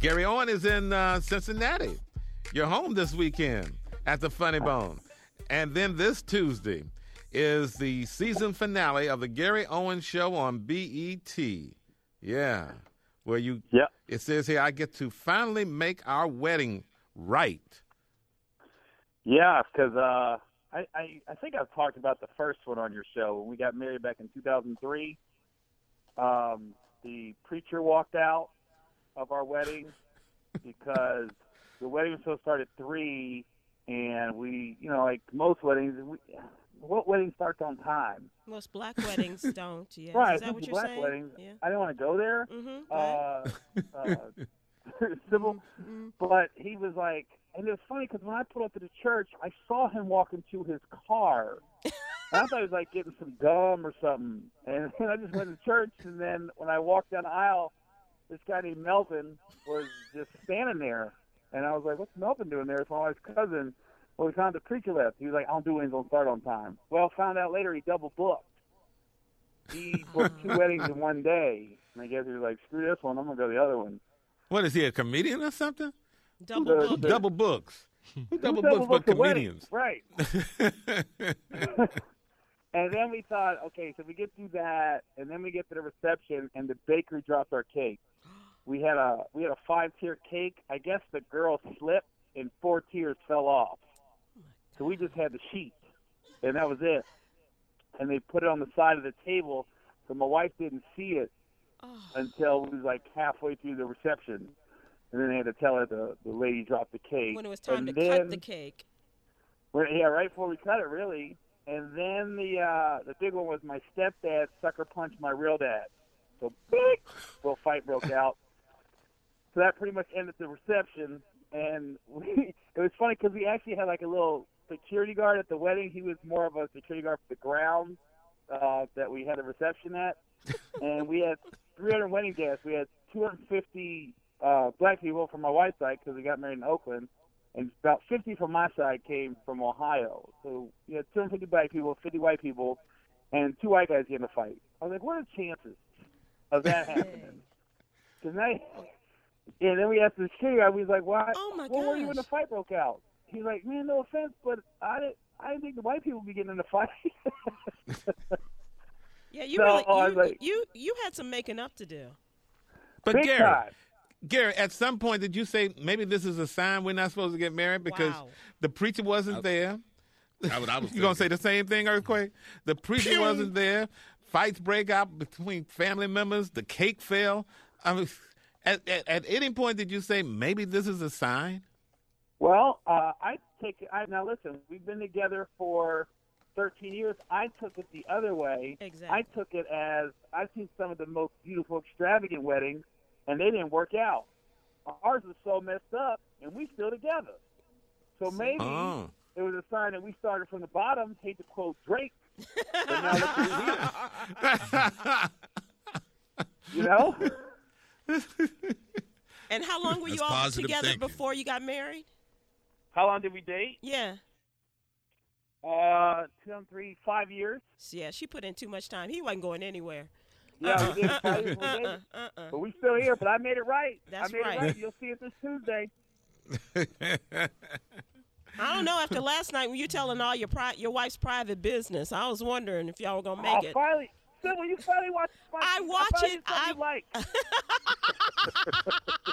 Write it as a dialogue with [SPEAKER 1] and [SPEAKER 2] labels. [SPEAKER 1] Gary Owen is in uh, Cincinnati. You're home this weekend at the Funny Bone. And then this Tuesday is the season finale of the Gary Owen Show on BET. Yeah. Where you,
[SPEAKER 2] Yeah.
[SPEAKER 1] it says here, I get to finally make our wedding right.
[SPEAKER 2] Yeah, because uh, I, I I think I've talked about the first one on your show when we got married back in 2003. Um, the preacher walked out of our wedding because the wedding was supposed to start at three, and we, you know, like most weddings, we, what wedding starts on time?
[SPEAKER 3] Most black weddings don't. Yes.
[SPEAKER 2] right,
[SPEAKER 3] Is that what you're
[SPEAKER 2] black
[SPEAKER 3] saying?
[SPEAKER 2] weddings.
[SPEAKER 3] Yeah.
[SPEAKER 2] I didn't want to go there.
[SPEAKER 3] Mm-hmm.
[SPEAKER 2] Uh, uh, civil, but he was like, and it was funny because when I pulled up to the church, I saw him walking to his car. And I thought he was like getting some gum or something. And then I just went to church, and then when I walked down the aisle, this guy named Melvin was just standing there. And I was like, what's Melvin doing there? It's my wife's cousin. Well, we found the preacher left. He was like, I don't do anything on start on time. Well, found out later he double booked. He booked two weddings in one day. And I guess he was like, screw this one. I'm going to go to the other one.
[SPEAKER 1] What is he, a comedian or something?
[SPEAKER 3] Double
[SPEAKER 2] uh,
[SPEAKER 3] book.
[SPEAKER 2] the-
[SPEAKER 1] Double books. Who double,
[SPEAKER 2] Double
[SPEAKER 1] books
[SPEAKER 2] booked
[SPEAKER 1] but
[SPEAKER 2] the wedding.
[SPEAKER 1] comedians?
[SPEAKER 2] Right. And then we thought, okay, so we get through that, and then we get to the reception, and the bakery dropped our cake. We had a we had a five tier cake. I guess the girl slipped, and four tiers fell off. So we just had the sheet, and that was it. And they put it on the side of the table, so my wife didn't see it
[SPEAKER 3] Oh,
[SPEAKER 2] until it was like halfway through the reception, and then they had to tell her the the lady dropped the cake.
[SPEAKER 3] When it was time
[SPEAKER 2] and
[SPEAKER 3] to
[SPEAKER 2] then,
[SPEAKER 3] cut the cake.
[SPEAKER 2] well, yeah, right before we cut it, really. And then the uh, the big one was my stepdad sucker punched my real dad. So big little fight broke out. So that pretty much ended the reception. And we, it was funny because we actually had like a little security guard at the wedding. He was more of a security guard for the ground uh, that we had a reception at. and we had 300 wedding guests. We had 250 uh, black people from my wife's side because we got married in Oakland and about 50 from my side came from Ohio. So you had 250 black people, 50 white people, and two white guys getting in a fight. I was like, what are the chances of that happening? Because now, and then we asked the security guy, we was like, why?
[SPEAKER 3] Oh, my
[SPEAKER 2] Where were you when the
[SPEAKER 3] gosh.
[SPEAKER 2] fight broke out? He's like, man, no offense, but I didn't, I didn't think the white people would be getting in a fight.
[SPEAKER 3] Yeah, you
[SPEAKER 2] No,
[SPEAKER 3] really
[SPEAKER 2] I
[SPEAKER 3] you,
[SPEAKER 2] was like-
[SPEAKER 3] you you had some making up to do.
[SPEAKER 1] But
[SPEAKER 2] Big
[SPEAKER 1] Gary,
[SPEAKER 2] time.
[SPEAKER 1] Gary, at some point, did you say maybe this is a sign we're not supposed to get married because
[SPEAKER 3] Wow.
[SPEAKER 1] the preacher wasn't there?
[SPEAKER 4] That's what I was
[SPEAKER 1] You gonna say
[SPEAKER 4] thinking.
[SPEAKER 1] the same thing, earthquake? The preacher wasn't there. Fights break out between family members. The cake fell. I mean, at, at, at any point, did you say maybe this is a sign?
[SPEAKER 2] Well, uh, I take it. I, now listen, we've been together for 13 years. I took it the other way.
[SPEAKER 3] Exactly.
[SPEAKER 2] I took it as I've seen some of the most beautiful, extravagant weddings, and they didn't work out. Ours was so messed up, and we still together. So maybe
[SPEAKER 4] Uh-huh.
[SPEAKER 1] Oh.
[SPEAKER 2] it was a sign that we started from the bottom. Hate to quote Drake, but now look who's here. You know?
[SPEAKER 3] And how long were you
[SPEAKER 4] That's
[SPEAKER 3] all
[SPEAKER 4] positive
[SPEAKER 3] together
[SPEAKER 4] thinking.
[SPEAKER 3] before you got married?
[SPEAKER 2] How long did we date?
[SPEAKER 3] Yeah.
[SPEAKER 2] Uh, two, three, five years.
[SPEAKER 3] Yeah, she put in too much time. He wasn't going anywhere.
[SPEAKER 2] Yeah, we did five years. We dated.
[SPEAKER 3] Uh, uh, uh.
[SPEAKER 2] But we still here, but I made it right.
[SPEAKER 3] That's
[SPEAKER 2] I made
[SPEAKER 3] right.
[SPEAKER 2] it right. You'll see it this Tuesday.
[SPEAKER 3] I don't know. After last night, when you telling all your pri- your wife's private business, I was wondering if y'all were gonna make
[SPEAKER 2] oh,
[SPEAKER 3] it.
[SPEAKER 2] finally. Sybil, you finally watched my
[SPEAKER 3] I watch
[SPEAKER 2] finally
[SPEAKER 3] it.
[SPEAKER 2] did something
[SPEAKER 3] I-
[SPEAKER 2] you like.